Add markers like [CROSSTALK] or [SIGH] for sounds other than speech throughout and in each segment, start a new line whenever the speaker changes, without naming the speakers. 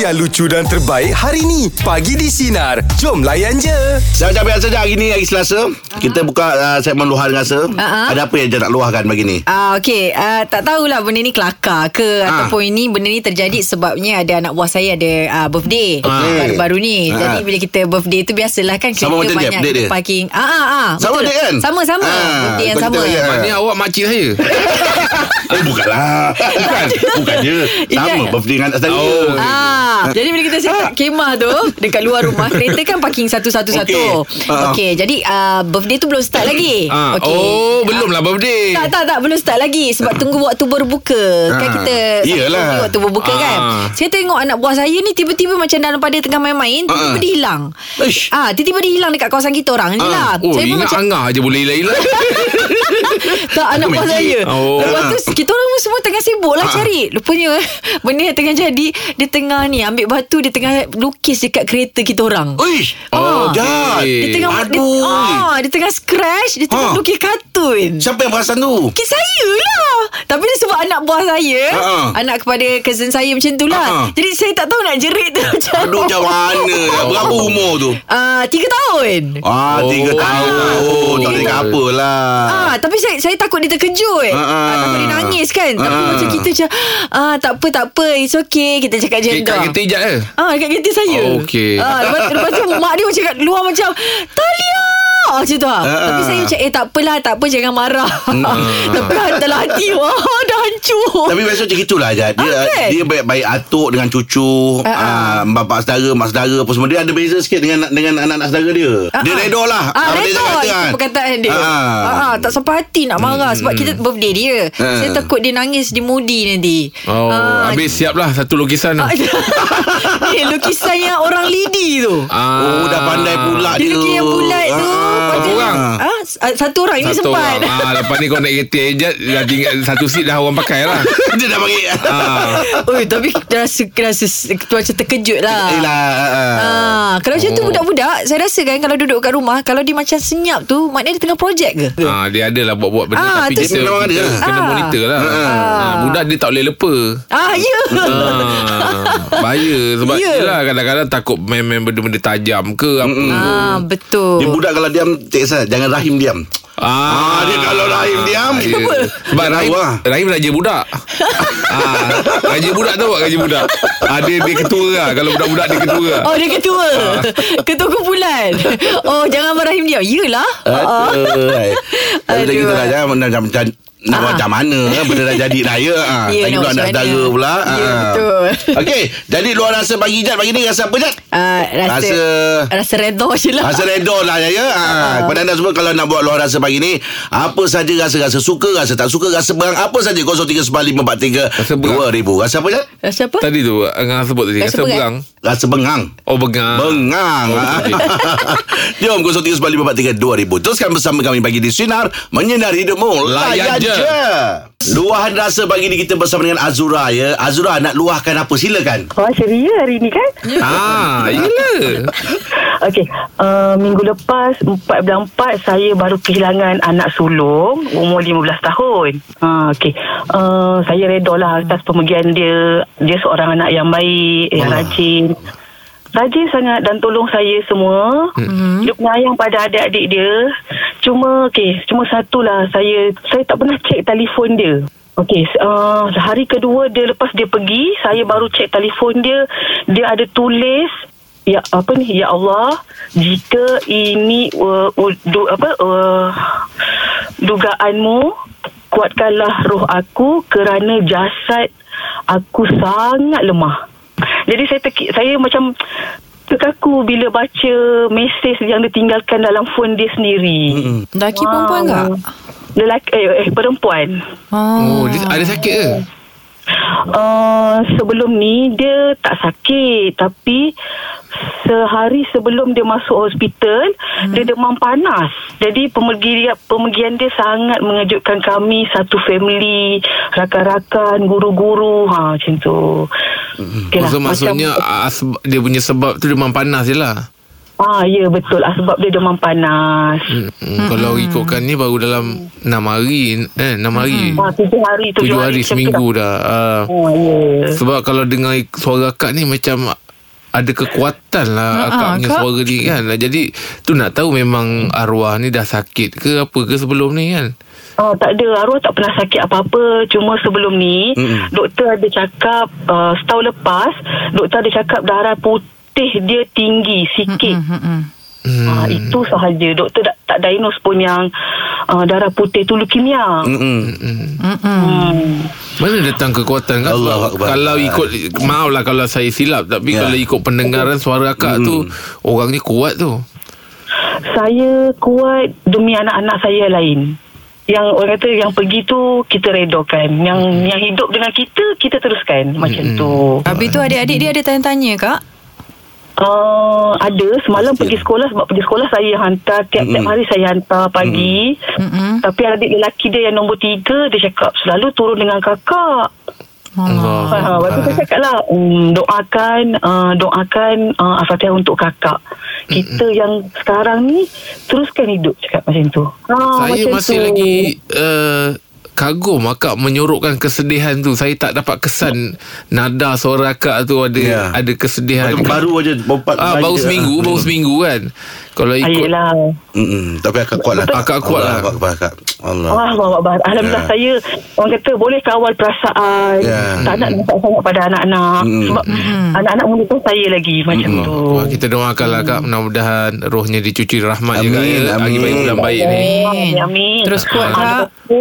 yang lucu dan terbaik hari ni. Pagi di Sinar. Jom layan je.
Macam biasa je hari ni hari Selasa Kita buka uh, segmen luahan rasa
Ah.
Ada apa yang dia nak luahkan pagi ni?
Ah okey, uh, tak tahulah benda ni kelakar ke
Ah.
ha. ataupun ini benda ni terjadi sebabnya ada anak buah saya ada uh, birthday
Okey.
baru-baru ni.
Ah.
Jadi bila kita birthday tu biasalah kan
Sama macam dia,
kita banyak
birthday
kita
dia?
parking. Ah ah ah.
Sama
betul.
dia kan?
Sama-sama.
Ah,
birthday yang
kau cerita
sama.
lagi, ah.
Maknanya awak makcik saya
[LAUGHS]
Eh bukanlah Bukan Bukan dia Sama
Ingat.
birthday dengan anak saya
Oh.
Ah, jadi bila kita sekat kemah tu dekat luar
[LAUGHS]
rumah kereta kan parking satu-satu-satu.
Okey.
Okey,
Ah.
okay, jadi uh, birthday tu belum start lagi.
ah.
Okey.
Oh belum
Eh.
lah birthday
Tak tak tak belum start lagi sebab tunggu waktu berbuka. Kan
Ah,
kita
iyalah.
tunggu waktu berbuka kan.
Ah.
Saya tengok anak buah saya ni tiba-tiba macam dalam pada tengah main-main tiba-tiba
Ah.
dia hilang.
Ish.
Ah tiba-tiba dia hilang dekat kawasan kita
Ah.
orang je lah.
Oh
saya pun
ingat
macam
angah je boleh
[LAUGHS]
hilang-hilang
tak anak buah saya.
Oh.
Lepas tu kita orang semua tengah sibuk lah
Ah.
cari. Rupanya [LAUGHS] benda yang tengah jadi dia tengah ni ambil batu dia tengah lukis dekat kereta kita orang.
Uish
Ah.
Oh dah
Okey.
Dia tengah dia,
Aduh.
ah, dia tengah scratch, dia
Ah.
tengah lukis kartun.
Siapa yang perasan tu?
Kes saya lah Tapi dia sebab anak buah saya
Ha, ha.
Anak kepada cousin saya macam tu lah
Ha, ha.
Jadi saya tak tahu nak jerit tu [LAUGHS] macam
Aduh macam mana dah? Berapa umur tu?
Ah, Tiga tahun
Ah, tiga
Oh.
tahun. Tak
Tiga
tengok
tahun.
apalah.
Ah, tapi saya saya takut dia terkejut.
Ah, ah.
Ah, takut dia nangis kan. Tapi
Ah.
macam kita macam ah tak apa tak apa. It's okay. Kita cakap je
Kat
dah.
kereta hijab ke
Ah, dekat kereta saya.
Oh, okey.
Ah, lepas, lepas tu mak dia macam kat luar macam, Talia! Macam tu lah.
Ah.
Tapi saya macam, eh tak apalah, tak apa, jangan marah. [LAUGHS] Tapi dalam hati, wah, dah hancur.
Tapi biasa macam itulah Jad Dia,
Ah, kan?
dia baik-baik atuk dengan cucu uh,
Ah,
uh, Bapak saudara, mak saudara apa semua Dia ada beza sikit dengan dengan anak-anak saudara dia
Ah,
Dia
ah.
redor lah
Ah,
apa dia
redor
kata
itu
kan.
perkataan dia.
Ah.
Ah. Ah, tak sampai hati nak marah sebab kita birthday dia.
Ah.
Saya takut dia nangis dia moody nanti.
Oh
Ah, [LAUGHS]
Habis siap lah Satu lukisan tu
Ah, Ni lukisan yang orang lidi tu.
ah.
Oh dah pandai pula
Dia lukis yang bulat tu. lepas tu-
Berapa orang?
Ah, s- ah, satu orang ini
Satu
sempat. [LAUGHS]
orang ah, Lepas ni kau naik kereta hijab Dah tinggal Satu seat dah orang pakai
[LAUGHS]
lah
[LAUGHS] Dia dah panggil
ah.
Oi, tapi rasa rasa s- tu macam terkejut lah.
[LAUGHS] Eh lah ah, ah.
Ah, kalau macam tu
Oh.
budak-budak Saya rasa kan Kalau duduk kat rumah Kalau dia macam senyap tu Maknanya dia tengah projek ke?
Ah, dia adalah buat-buat benda
Ah,
Tapi
tu-
kita,
Memang ada
kita
lah.
kena
Ah.
monitor lah ah. Budak dia tak boleh lepa
Ah, ya [LAUGHS]
Ah, bahaya sebab
Ya.
yeah. yelah kadang-kadang takut main-main benda-benda tajam ke apa.
Ah, betul
Dia budak kalau diam Tak kisah Jangan Rahim diam Ah, dia kalau Rahim diam
Ya. Sebab
Dia
Rahim,
tahu lah.
Rahim raja
[LAUGHS]
budak ah, Raja budak tahu tak raja budak ah, dia, dia ketua lah Kalau budak-budak dia ketua lah
Oh dia ketua Ketua kumpulan Oh jangan merahim dia Yelah
Eh?
Oh,
Aduh Tapi
Ah. Aduh.
kita dah jangan Macam macam nak
Ah.
macam mana eh, Benda dah jadi raya ah.
[LAUGHS] Ya,
Lagi pula
nak macam
anak
mana.
saudara pula
Ya,
ah.
betul.
Okey Jadi luar rasa pagi Jad Pagi ni rasa apa Jad?
uh, Rasa
Rasa-
Rasa redha je lah
Rasa redor lah ya. Ha,
Ah.
kepada anda semua kalau nak buat luar rasa pagi ni, apa saja rasa-rasa suka, rasa tak suka, rasa berang apa saja 0395432000.
Rasa berang.
Rasa apa Jad?
Rasa apa?
Tadi tu Angah sebut tadi
Rasa
Rasa
berat.
berang
Rasa bengang.
Oh bengang
Bengang
Oh,
ha?
betul.
[LAUGHS] Jom 0395432000 Teruskan bersama kami Bagi di Sinar Menyinari hidupmu Layan
Layan
je.
je.
Luahan rasa pagi ni Kita bersama dengan Azura ya Azura nak luahkan apa Silakan
Wah ceria hari ni kan
Ah, yelah
Okey uh, Minggu lepas 4 bulan 4 Saya baru kehilangan anak sulung Umur 15 tahun uh, Okey uh, Saya reda lah atas pemergian dia Dia seorang anak yang baik Yang rajin Rajin sangat dan tolong saya semua mm-hmm. Dia penyayang pada adik-adik dia Cuma okey Cuma satulah Saya saya tak pernah cek telefon dia Okey, uh, hari kedua dia lepas dia pergi, saya baru cek telefon dia, dia ada tulis Ya apa ni ya Allah jika ini uh, uh, du, apa uh, dugaanmu kuatkanlah roh aku kerana jasad aku sangat lemah. Jadi saya teki, saya macam terkaku bila baca mesej yang ditinggalkan dalam phone dia sendiri. Mm-hmm.
Lelaki perempuan tak?
Lelaki eh, eh perempuan.
Oh, dia ada sakit ke?
Uh, sebelum ni dia tak sakit tapi sehari sebelum dia masuk hospital hmm. dia demam panas. Jadi pemergian pemergian dia sangat mengejutkan kami satu family, rakan-rakan, guru-guru ha macam tu. Okay
ah, Oh, so maksudnya asb- dia punya sebab tu demam panas je lah.
Ah, ya betul lah sebab dia demam panas.
Hmm, hmm. Kalau ikutkan ni baru dalam 6 hari eh 6 hari.
Ah, tujuh hari, tujuh,
7 hari
macam tu
seminggu
dah.
dah. Ah,
Oh, ya.
sebab kalau dengar ik- suara akak ni macam ada kekuatan lah
Ha,
uh akak
ha,
punya
Kak.
suara ni kan. Jadi tu nak tahu memang arwah ni dah sakit ke apa ke sebelum ni kan.
Ah, tak ada Arwah tak pernah sakit apa-apa Cuma sebelum ni
Hmm.
Mm-mm.
Doktor ada cakap uh, Setahun lepas Doktor ada cakap Darah putih dia tinggi Sikit
Hmm, hmm, hmm.
Hmm.
Ah, itu sahaja. Doktor tak, tak diagnose pun yang uh, darah putih tu leukemia.
Mm-mm.
Hmm.
Mana datang kekuatan kan
Allah
Sebab
Akbar.
Kalau ikut Maaf lah kalau saya silap Tapi
Ya. Hmm.
kalau ikut pendengaran suara akak tu Orang ni kuat tu
Saya kuat demi anak-anak saya lain. Yang orang kata yang pergi tu kita redokan. Yang yang hidup dengan kita kita teruskan macam tu.
Habis tu adik-adik dia ada tanya-tanya kak
Uh, ada semalam pergi sekolah sebab pergi sekolah saya hantar tiap-tiap hari saya hantar pagi.
Mm-mm.
Tapi adik lelaki dia yang nombor tiga dia cakap selalu turun dengan kakak.
Allah
Ha, lepas tu saya cakap lah um, Doakan uh, Doakan uh, Al-Fatihah untuk kakak Kita yang sekarang ni Teruskan hidup Cakap macam tu ha,
Saya
macam
masih
tu.
lagi uh, Kagum akak menyorokkan kesedihan tu Saya tak dapat kesan Nada suara akak tu ada
Ya.
ada kesedihan
Macam baru aja empat
ah,
hari
Baru
je.
seminggu Baru seminggu kan Kalau
Ah,
ikut
Yelah
Mm-mm. Tapi akak kuat lah
Akak kuat lah.
Allah, akbar, akak.
Ah.
Allah.
Wah, wah, wah, wah. Alhamdulillah
Ya.
saya Orang kata boleh kawal perasaan
Ya.
Tak nak nampak sangat pada anak-anak
Mm.
Sebab anak-anak muda saya lagi Macam tu
Wah, kita doakanlah kak Mudah-mudahan rohnya dicuci
Amin,
rahmat juga ya. Lagi
amin.
baik bulan baik ni
Amin. Amin.
Terus kuat,
Ah,
Kak.
lepas tu,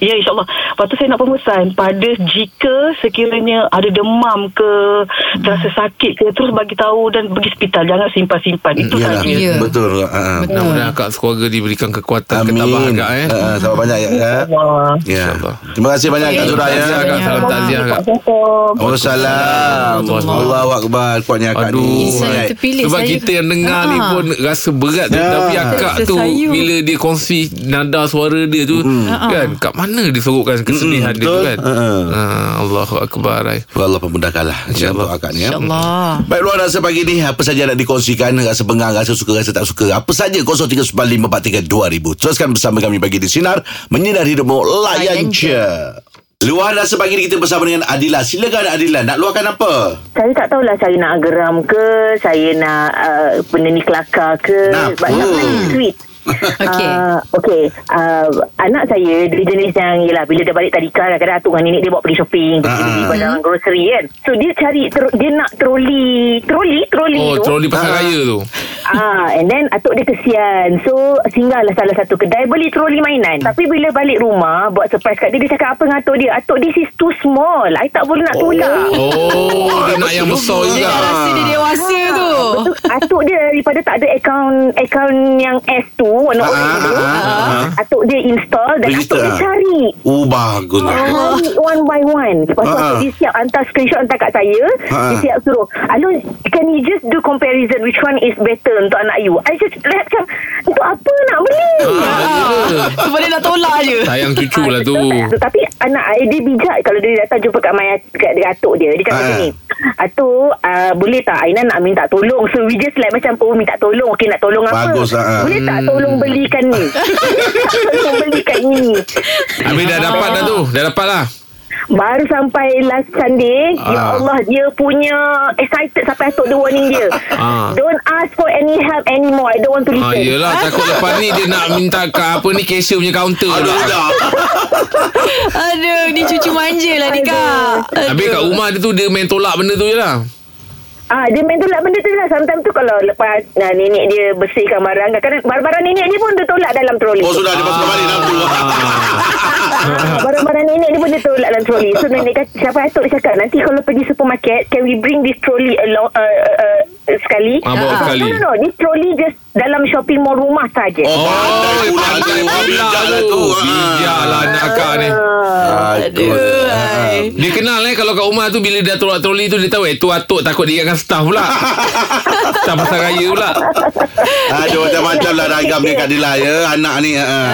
Ya insyaAllah Lepas tu saya nak pemesan Pada jika sekiranya ada demam ke Terasa sakit ke Terus bagi tahu dan pergi hospital Jangan simpan-simpan Itu
Yalah,
saja
Ya.
Betul uh,
Mudah-mudabahan kak sekeluarga diberikan kekuatan Ketabahan
Amin
kak eh
Ah, Sabar banyak ya kak
Wah.
Ya.
InsyaAllah.
Terima kasih banyak Kak
Salam
Surah ya.
takziah kak Salam takziah kak
Assalamualaikum
Waalaikumsalam. Allahu akbar kuatnya akak
Aduh eh.
ni.
Saya
Alright.
terpilih
Sebab
saya.
kita yang dengar ni
Ah.
pun Rasa berat tu
Ya.
Tapi akak tu
Tersayu.
Bila dia kongsi Nada suara dia tu
Ah,
Kan Kat mana dia sorokkan Kesedihan dia tu
betul.
kan
Ha-ha.
Ah, Allahu Akbar eh. ai.
Allah pemudahkan lah InsyaAllah akak ni ya.
InsyaAllah
Baik luar rasa pagi ni Apa saja nak dikongsikan Rasa pengang Rasa suka Rasa tak suka Apa saja 0395432000 Teruskan bersama kami Pagi di Sinar Menyinar hidupmu Layan
Layan
je Luar rasa pagi ni Kita bersama dengan Adila Silakan Adila Nak luahkan apa
Saya tak tahulah saya nak geram ke, saya nak uh, benda ni kelakar ke.
Nak
Sebab nak
pun.
main tweet.
Okey.
Uh, okay. Uh, anak saya dia jenis yang yelah bila dia balik tadika kadang-kadang atuk dengan nenek dia bawa pergi shopping, pergi
Ah.
beli barang grocery kan. So dia cari ter- dia nak troli, troli, troli
Oh
tu.
troli pasar raya tu
Ah, and then atuk dia kesian. So singgahlah salah satu kedai beli troli mainan. Tapi bila balik rumah buat surprise kat dia dia cakap apa dengan atuk dia? Atuk this is too small. I tak boleh nak tolak.
Oh Dia nak yang
Dia
besar juga
dah rasa dia dewasa
[LAUGHS]
tu
Betul. Atuk dia daripada tak ada akaun akaun yang S tu warna
Ah,
orange tu.
ah, ah.
Atuk dia install dan
Register,
atuk dia
ah.
cari.
Oh bagus
Cari one by one Lepas
Ah,
tu atuk
ah.
dia siap Hantar screenshot Hantar kat saya
Ah,
Dia
ah.
siap suruh Alun Can you just do comparison Which one is better Untuk anak you I just lihat macam Untuk apa nak beli
Ah, Sebab dia nak tolak je
Sayang cucu lah
Ah,
tu
Tapi anak I Dia bijak Kalau dia datang jumpa kat Maya Kat dekat atuk dia Dia cakap
Ah.
macam ni Atuk uh, Boleh tak Aina nak minta tolong So we just like Macam oh minta tolong Okay nak tolong apa
Bagus lah, ah.
Boleh tak
Hmm.
tolong belikan ni [LAUGHS] Tolong belikan ni
Habis dah dapat dah tu Dah dapat lah
Baru sampai last Sunday Ya
Ah.
Allah Dia punya Excited sampai atuk dia warning dia
Ah.
Don't ask for any help anymore I don't want to
Ah,
listen
yelah takut lepas ni dia nak minta ke apa ni cashier punya counter
Aduh
lah.
dah
Aduh Ni cucu manja lah ni kak
Habis kat rumah dia tu dia main tolak benda tu je lah.
Ah, dia main tolak benda tu lah. Sometimes tu kalau lepas nah, nenek dia bersihkan barang, kadang-kadang barang-barang nenek dia pun dia tolak dalam troli.
Oh sudah dia masuk balik dah
Ah.
tu
Ah, barang-barang nenek dia pun dia tolak dalam troli. So nenek kata, siapa atuk dia cakap, nanti kalau pergi supermarket, can we bring this trolley along, uh, uh, uh, sekali?
Ah, bawa
Ah,
sekali.
No, no, no. This trolley just dalam shopping mall rumah saja.
Oh pandai pula tu Bijak lah tu ah.
Bijak lah anak akak ni.
Aduh Ah.
Dia kenal eh Kalau kat rumah tu Bila dia tolak troli tu Dia tahu eh Tu atuk takut dia ingatkan staff
[LAUGHS]
pula Staff pasar raya pula
Aduh macam-macam lah ragam dia Kak Dila ya Anak ni ah.
Ah,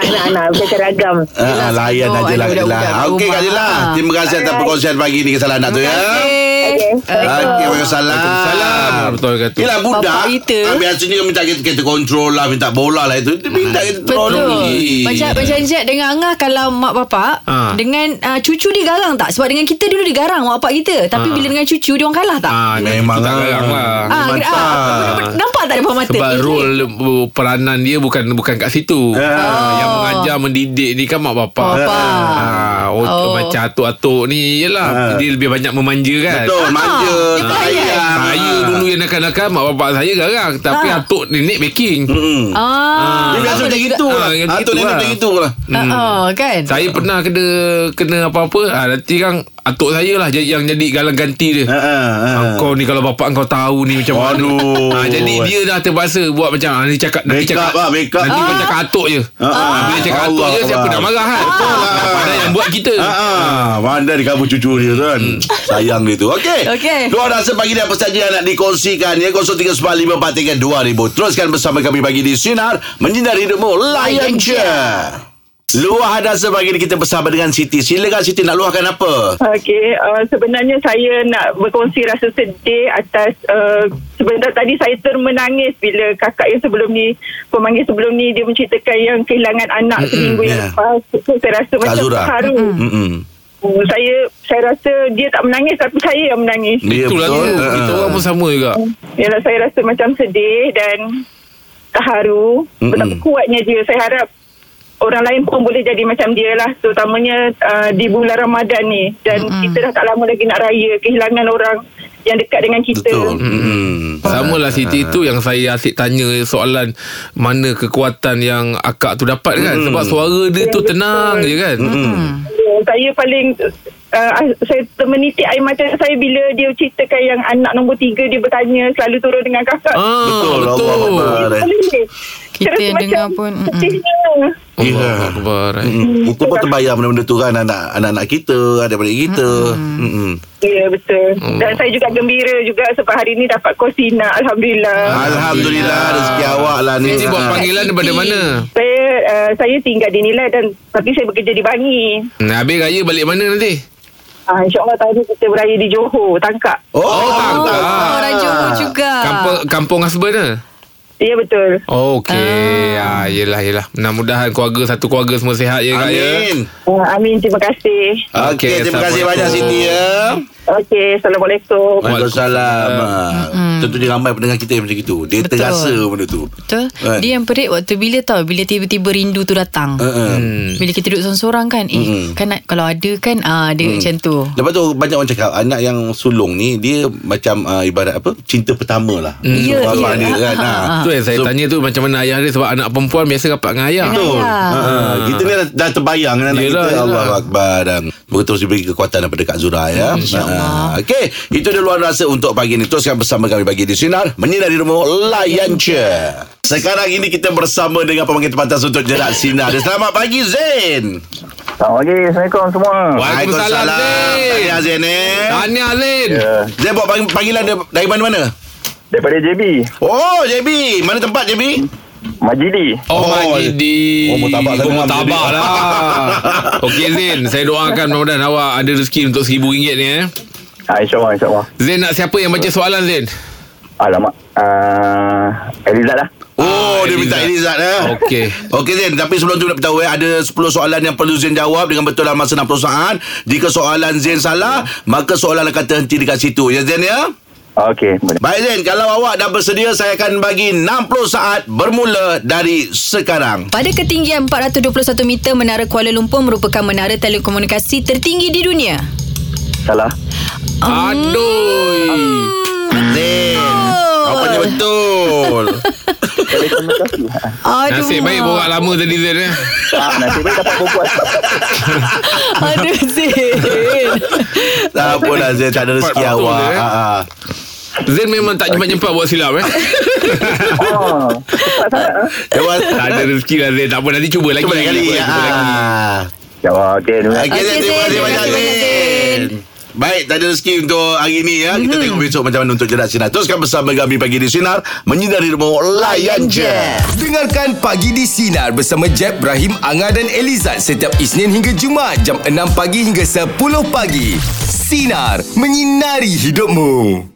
anak-anak macam seragam.
Ah, ah, layan aja lah
Betul, ada
Kak Dila
budak-budak kat
Okey Kak
rumah.
Dila
Ah.
Terima kasih atas perkongsian pagi ni Kisah anak tu ya
Okey.
Okay.
Okey, terima Waalaikumsalam. Ah.
Waalaikumsalam. Betul kata.
Yelah budak.
Bapak kita.
ah, Biasanya dia minta kita, kita kontrol lah. Minta bola lah itu. Dia minta kita kontrol.
Betul Macam macam Jad dengan Angah Kalau mak bapak
Ah.
Dengan uh, cucu dia garang tak Sebab dengan kita dulu dia garang Mak bapak kita Tapi bila dengan cucu Dia orang kalah tak
Ah,
Memang
kita tak
lah.
garang lah.
Ah, memang tak.
nampak- Nampak tak depan mata
Sebab
Eh,
role uh, peranan dia bukan bukan kat situ. Ah, yang mengajar mendidik ni kan mak bapak.
Mak bapak.
Ah, oh,
Oh.
macam atuk-atuk ni yelah dia lebih banyak memanja kan.
Ah. Betul. Ah. Manja.
Ah, dia
tak
pelayan.
layan.
Saya dulu yang nakal-nakal mak bapak saya garang tapi
Ah.
atuk nenek baking.
Hmm.
Ah,
Dia biasa macam gitu
Ah,
lah.
macam
Atuk
gitu
nenek
lah.
macam gitu lah.
Ah, ah, kan
Saya pernah kena kena apa-apa ah nanti kan atuk saya lah jadi- yang jadi galang ganti dia.
Ah, ah, ah.
Ah, Kau ni kalau bapak kau tahu ni macam mana.
Aduh.
Ah, jadi dia dah terpaksa buat macam ah, ni cakap nanti
Make up
cakap
lah, make up.
Nanti kau cakap atuk je.
Ah, ah.
Ah, bila cakap atuk
Allah
je siapa
Allah.
nak marah kan? Betul
lah.
Padahal yang buat kita.
Ah, ah, pandai dia kabur cucu dia tu kan. Sayang dia tu. Okey.
Okey.
Luar rasa pagi ni apa saja yang nak dikongsikan ya 0395432000. Teruskan bersama kami pagi di Sinar menyinari hidupmu. Layan je. Luar rasa pagi ni kita bersama dengan Siti. Silakan Siti nak luahkan apa?
Okey, uh, sebenarnya saya nak berkongsi rasa sedih atas uh, sebenarnya tadi saya termenangis bila kakak yang sebelum ni pemanggil sebelum ni dia menceritakan yang kehilangan anak mm-hmm, seminggu
yeah.
yeah. yang lepas. So, saya rasa
Kak
macam
Zura.
terharu. Mm-hmm.
Mm-mm.
Saya saya rasa dia tak menangis tapi saya yang menangis.
Dia
Itulah tu.
betul. Ah.
Kita orang pun sama juga.
Yalah saya rasa macam sedih dan terharu
Mm-mm.
betapa kuatnya dia. Saya harap orang lain pun boleh jadi macam dia lah terutamanya uh, di bulan Ramadan ni dan mm kita dah tak lama lagi nak raya kehilangan orang yang dekat dengan kita.
Betul. Mm-mm.
Sama lah
Ah.
Siti tu yang saya asyik tanya soalan mana kekuatan yang akak tu dapat kan.
Hmm.
Sebab suara dia tu tenang je kan.
Ya, Saya paling uh, saya termenitik air mata saya bila dia ceritakan yang anak nombor tiga dia bertanya selalu
Eh.
turun dengan kakak.
Ah,
Betul.
betul.
Allah Akbar.
Paling-
Kita
Saya rasa
dengar
macam
pun, mm-mm.
Oh.
sedihnya.
Ya.
Allah Akbar. eh.
Mm-mm. Muka pun terbayar benda-benda tu kan anak- Anak-anak kita Adik-adik kita Mm-mm.
Ya betul Dan saya juga gembira juga Sebab hari ni dapat kosina Alhamdulillah
Alhamdulillah Rezeki awak lah ni
Siti buat panggilan daripada mana?
Saya uh, saya tinggal di Nilai Dan tapi saya bekerja di Bangi
Nah, habis raya balik mana nanti?
uh, InsyaAllah tahun ni kita beraya di Johor Tangkap
Oh, oh
Oh,
tak.
orang Johor juga
Kampung, kampung husband ke?
Ya betul
Okey. Ah. yelah, yelah. Mudah-mudahan keluarga, satu keluarga semua sihat ya, Kak. ya.
Amin
uh, Amin terima kasih
Okey, terima kasih banyak Siti ya.
Okey Assalamualaikum
Waalaikumsalam. Hmm. Tentunya ramai pendengar kita yang macam itu. Dia
Betul.
terasa benda tu.
Betul
Kan?
Dia yang perit waktu bila tau Bila tiba-tiba rindu tu datang
Uh-uh.
Bila kita duduk seorang-seorang kan Eh kan nak- kalau ada kan ah, Dia macam tu
Lepas tu banyak orang cakap anak yang sulung ni dia macam uh, ibarat apa cinta pertama lah.
Ya,
Untuk
ya.
abang dia kan.
Ah,
ah.
Tu yang saya
So-
tanya tu macam mana ayah dia sebab anak perempuan biasa rapat dengan ayah.
Betul.
Ayah.
Ha, kita ni dah, dah terbayang kan anak
Yelah,
kita.
yelah.
Allah Akbar. Dan Moga terus diberi kekuatan daripada Kak Zura ya. InsyaAllah. Okey. Itu dia luar rasa untuk pagi ni. Teruskan bersama kami pagi di Sinar. Menyinari rumah Layan Je. Sekarang ini kita bersama dengan pemanggil terpantas untuk jerat Sinar. Dan Selamat pagi Zain.
Selamat pagi. Assalamualaikum semua.
Waalaikumsalam Zain.
Tahniah Zain eh.
Tahniah Alin.
Ya,
Zain buat pang- panggilan dari- dari mana-mana?
daripada JB,
Oh JB. Mana tempat JB?
Majidi.
Oh,
Oh,
Majidi.
oh, murtabak sana,
Oh, murtabak
Majidi. [LAUGHS]
lah. Okey Zain, saya doakan mudah-mudahan awak ada rezeki untuk RM1,000 ni eh.
Ha, InsyaAllah, insyaAllah.
Zain nak siapa yang baca soalan Zain?
Alamak. Uh, Elizad lah.
Oh,
Ah,
dia minta
Elizad.
Elizad eh.
Okey.
Okey Zain, tapi sebelum tu nak beritahu eh, ada 10 soalan yang perlu Zain jawab dengan betul dalam masa 60 saat. Jika soalan Zain salah, maka soalan akan terhenti dekat situ. Ya Zain ya?
Okey, boleh.
Baik Zain, kalau awak dah bersedia, saya akan bagi 60 saat bermula dari sekarang.
Pada ketinggian 421 meter Menara Kuala Lumpur merupakan menara telekomunikasi tertinggi di dunia
Salah.
Aduh.
Zain, jawapannya betul.
Telekomunikasi.
Aduh
Nasib baik borak lama tadi Zain eh.
Ah, Nasib baik dapat berbual.
[LAUGHS]
Ah.
Aduh Zin
tak apalah Zain, tak ada rezeki
betul
awak.
dia, eh.
Ha, ha.
Zain memang tak cepat-cepat buat silap eh.
Oh,
Jawab.
tak ada rezeki lah Zain. Tak apa nanti cuba lagi.
Cuba lain kali.
Cuba lagi.
Ha.
jawab. Ya Okey, terima kasih.
Okey, Zain,
Okey,
terima
Zain.
kasih
Terima
banyak
kasih banyak,
Zain. Baik, tak ada rezeki untuk hari ni ya. Kita tengok besok macam mana untuk jerat sinar. Teruskan bersama kami pagi di sinar menyinari rumah layan je.
Dengarkan Pagi di Sinar bersama Jeb, Ibrahim, Anga dan Elizad setiap Isnin hingga Jumaat jam 6 pagi hingga 10 pagi. Sinar, menyinari hidupmu.